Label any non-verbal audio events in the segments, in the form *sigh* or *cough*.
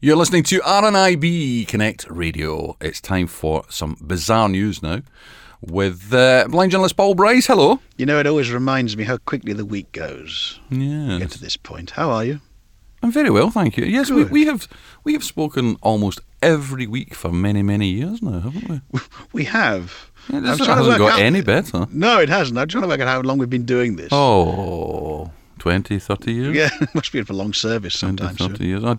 You're listening to RNIB Connect Radio. It's time for some bizarre news now with uh, blind journalist Paul Bryce. Hello. You know, it always reminds me how quickly the week goes. Get Yes. to this point. How are you? *laughs* I'm very well, thank you. Yes, we, Good. we have we have spoken almost every week for many many years now, haven't we? We have. Yeah, I'm this trying to hasn't work got out- any better. No, it hasn't. I'm trying to work out how long we've been doing this. Oh, 20, 30 years. Yeah, *laughs* must be in for long service 20, sometimes. 30 years. I,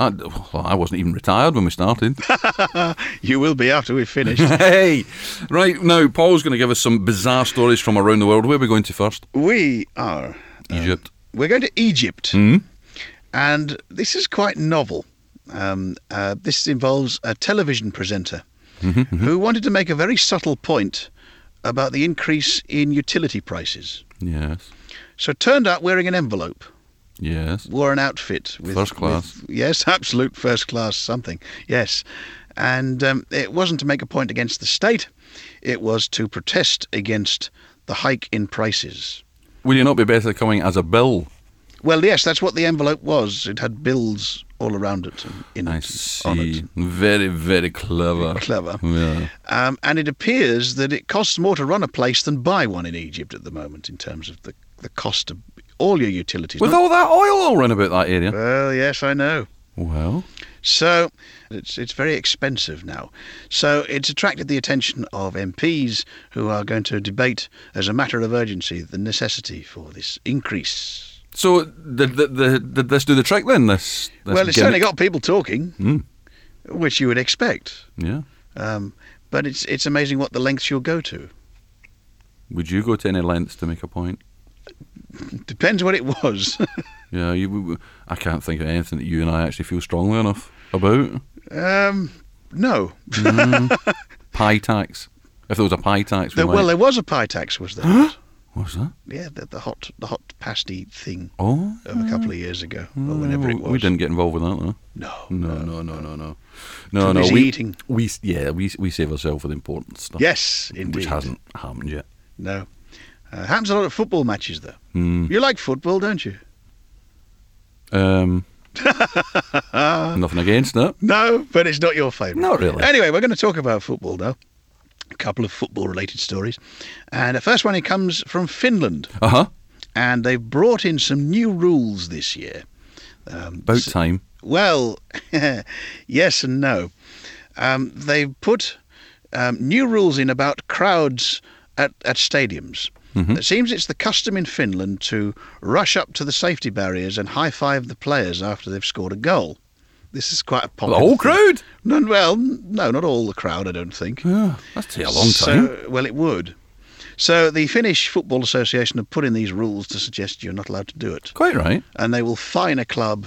I, well, I wasn't even retired when we started. *laughs* You will be after we've finished. hey, right now, Paul's going to give us some bizarre stories from around the world. Where are we going to first? we are. Egypt. We're going to Egypt. Mm? And this is quite novel. Um, uh, this involves a television presenter who wanted to make a very subtle point about the increase in utility prices. Yes. So turned up wearing an envelope, Yes. wore an outfit with First class. with- yes, *laughs* absolute first class something. Yes, and um, it wasn't to make a point against the state; it was to protest against the hike in prices. Will you not be better coming as a bill? Well, yes, that's what the envelope was. It had bills all around it. and In I it, on it. see. Uh-huh. Very, very clever. *laughs* Clever. Yeah. Um, and it appears that it costs more to run a place than buy one in Egypt at the moment in terms of the, the cost of all your utilities. With all that oil all round about that area. well, yes, I know. Well, So it's it's very expensive now. So it's attracted the attention of MPs who are going to debate as a matter of urgency the necessity for this increase. so did, did, did, did this do the trick then? This, this well, it's gimmick? certainly got people talking, Mm. which you would expect. Yeah. Um, but it's it's amazing what the lengths you'll go to. *laughs* Would you go to any lengths to make a point? Depends what it was. *laughs* Yeah, you, I can't think of anything that you and I actually feel strongly enough about. um, no, Pie tax. If there was a pie tax, we There- might- well, there was a pie tax, was there? not? what was that? yeah, the, the hot the hot pasty thing Oh, of a couple of years ago, or whenever we, it was. we didn't get involved with that, though. No, No, no, no, no, no, no, no. Too busy We, eating. we, yeah, we we save ourselves for the important stuff. Yes, indeed. which hasn't happened yet. No. Uh, happens a lot at football matches, though. Hmm. You like football, don't you? *laughs* Um, nothing against it. No, but it's not your favourite. Not really. Anyway, we're going to talk about football, though. A couple of football related stories. And the first one, it comes from Finland. Uh huh. And they've brought in some new rules this year. Um, About s- time. Well, *laughs* yes and no. Um, they've put um, new rules in about crowds at, at stadiums. Mm-hmm. It seems it's the custom in Finland to rush up to the safety barriers and high five the players after they've scored a goal. This is quite a The popular. whole thing. crowd. No, well, no, not all the crowd, I don't think. Yeah, that's take a long time. So, well, it would. So the Finnish Football Association have put in these rules to suggest you're not allowed to do it, Quite right. and they will fine a club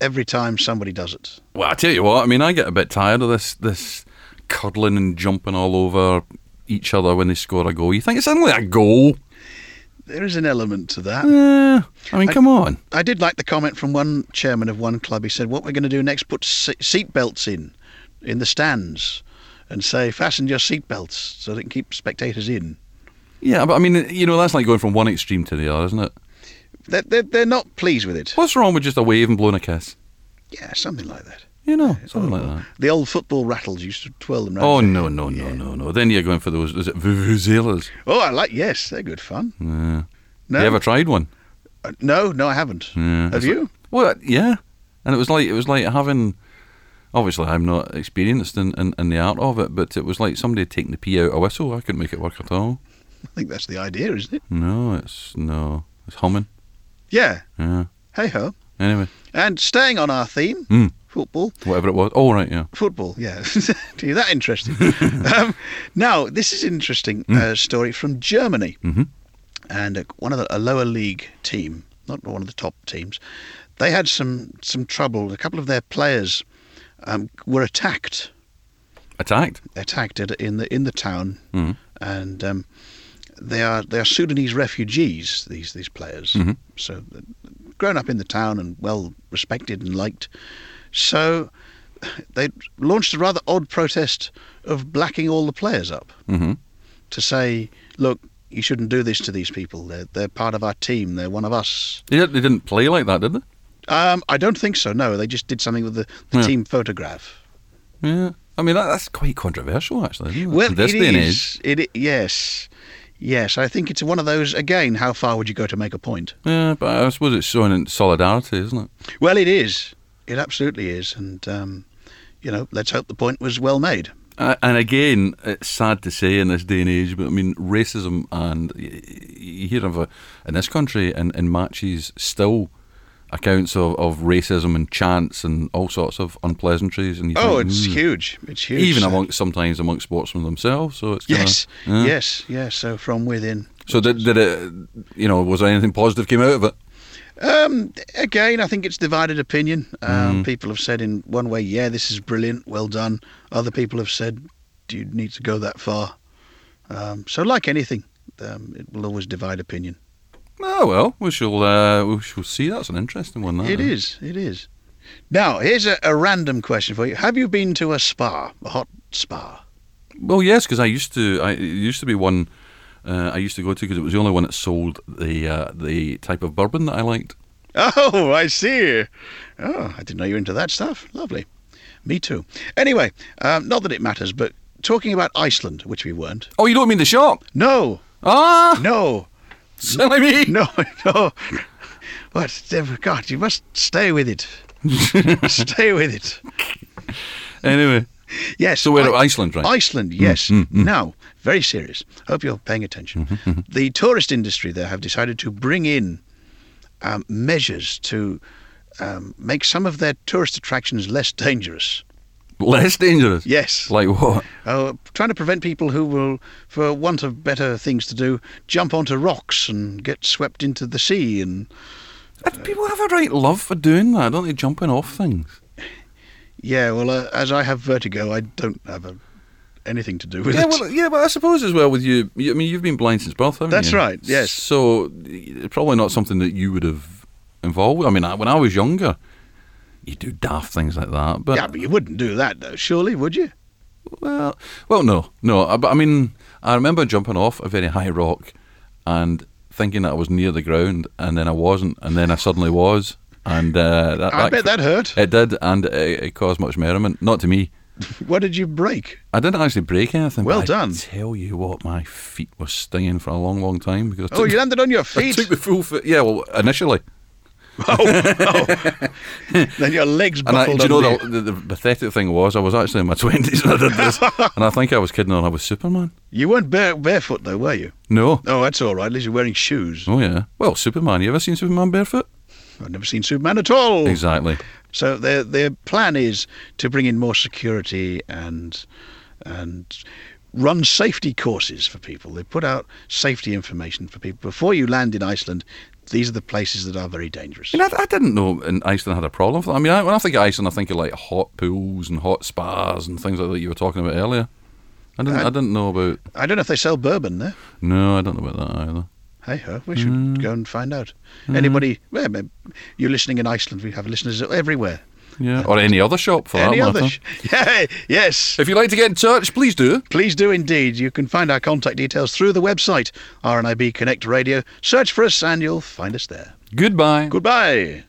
every time somebody does it. Well, I tell you what. I mean, I get a bit tired of this this cuddling and jumping all over each other when they score a goal. You think it's only a goal? There is an element to that. Eh, I mean, come on. I did like the comment from one chairman of one club. He said, "What we're going to do next? Put se- seat belts in, in the stands, and say fasten your seat belts so they can keep spectators in." Yeah, but I mean, you know, that's like going from one extreme to the other, isn't it? They're, they're, they're not pleased with it. What's wrong with just a wave and blowing a kiss? Yeah, something like that. You know, something like that. The old football rattles used to twirl them round. Oh no, no, no, no, no! Then you're going for those is it vuvuzelas? Oh, I like. Yes, they're good fun. Yeah. No, Mm. You ever Mm, tried one? Uh, no, no, I haven't. Yeah. Have you? Well, yeah. And it was like it was like having. Obviously, I'm not experienced in, in, in the art of it, but it was like somebody taking the pee out a whistle. I couldn't make it work at all. I think that's the idea, isn't it? No, it's no, it's humming. Yeah. Yeah. Hey ho. Anyway, And staying on our theme, Hmm. football. whatever it was. Oh right, yeah. Football, yeah. *laughs* Do you that interesting? um, now, this is interesting uh, story from Germany, Mhm. and uh, one of the, a lower league team, not one of the top teams. They had some some trouble. A couple of their players um, were attacked, Attacked. attacked at- in the in the town, Mhm. and um, they are they are Sudanese refugees. These these players, Mhm. so uh, grown up in the town and well respected and liked. So they launched a rather odd protest of blacking all the players up Mm-hmm. to say, look, you shouldn't do this to these people. They're they're part of our team. They're one of us. They, di- they didn't play like that, did they? Um, I don't think so. No, they just did something with the, the Yeah. team photograph. Yeah. I mean, that, that's quite controversial, actually. Isn't it? Well, In this it day and age. is. It, i- yes, yes. I think it's one of those again. How far would you go to make a point? Yeah, but I suppose it's showing in solidarity, isn't it? Well, it is. It absolutely is. And um, you know, let's hope the point was well made. Uh, and again, it's sad to say in this day and age, but I mean, racism and y- y- you hear of a, in this country and in matches still accounts of, of racism and chants and all sorts of unpleasantries. And you Oh, think, it's "Mm." huge. It's huge. even uh, So- amongst sometimes amongst sportsmen themselves. So it's kinda, Yes, yeah. yes, yes. So from within. So did, did it? You know, was there anything positive came out of it? Um, again, I think it's divided opinion. Mm. Um, People have said in one way, yeah, this is brilliant, well done. Other people have said, do you need to go that far? Um, so, like anything, um, it will always divide opinion. Oh well, we shall uh, we shall see. That's an interesting one. That It is, it is. Now, here's a, a random question for you. Have you been to a spa, a hot spa? Well, yes, because I used to. I it used to be one. Uh, I used to go to because it was the only one that sold the uh, the type of bourbon that I liked. Oh, I see. Oh, I didn't know you were into that stuff. Lovely. Me too. Anyway, um, not that it matters, but talking about Iceland, which we weren't. Oh, you don't mean the shop? No, Ah, *laughs* no. silly me! No, *laughs* no. What? oh, God, you must stay with *laughs* it. stay with it. Anyway, Yes. so we're at I- Iceland, right? Mm, Iceland, yes. Now, very serious. Hope you're paying attention. Mm-hmm, The tourist industry there have decided to bring in um, measures to um, make some of their tourist attractions less dangerous. Less dangerous. Yes. Like what? Uh, trying to prevent people who will, for want of better things to do, jump onto rocks and get swept into the sea and People have a right love for doing that, don't they? Jumping off things. Yeah, well, uh, as I have vertigo, I don't have a, anything to do with Yeah, it. well, uh, yeah, but I suppose as well with you. you- I mean, you've been blind since birth, haven't That's you? right, yes. So y- probably not something that you would have involved. with. I mean, I, when I was younger, you do daft things like that, but yeah, but you wouldn't do that, though, surely, would you? Well, well, no, no. I, but I mean, I remember jumping off a very high rock and thinking that I was near the ground, and then I wasn't, and then I suddenly was, and uh, that, I bet that hurt. it did, and it, it caused much merriment. Not to me. What did you break? I didn't actually break anything. but Well I done. tell you what, my feet were stinging for a long, long time because I Oh, took, you landed on *laughs* your I feet. took the full foot. Yeah, well, initially, Oh, oh. *laughs* then your legs and I, buckled do you know under the, the, the pathetic thing was I was actually in my *laughs* twenties when I did *laughs* this, and I think I was kidding on I was Superman. You weren't bare, barefoot, though, were you? No. Oh, that's all right. At least you're wearing shoes. Oh yeah. Well, Superman. You ever seen Superman barefoot? I've never seen Superman at all. Exactly. So their their plan is to bring in more security and and run safety courses for people. They put out safety information for people before you land in Iceland. These are the places that are very dangerous. I, mean, I, I didn't know in Iceland had a problem. with that. I mean, I, when I think of Iceland, I think of like hot pools and hot spas and things like that you were talking about earlier. I didn't. I, I- didn't know about. I don't know if they sell bourbon there. No, I don't know about that either. Hey ho, we should Mm. go and find out. Anybody, well, maybe you're listening in Iceland. We have listeners everywhere. Yeah. Or any other shop for Any that other? matter. *laughs* Sh- yeah, yes. if you'd like to get in touch, please do. Please do indeed. You can find our contact details through the website RNIB Connect Radio. Search for us and you'll find us there. Goodbye. Goodbye.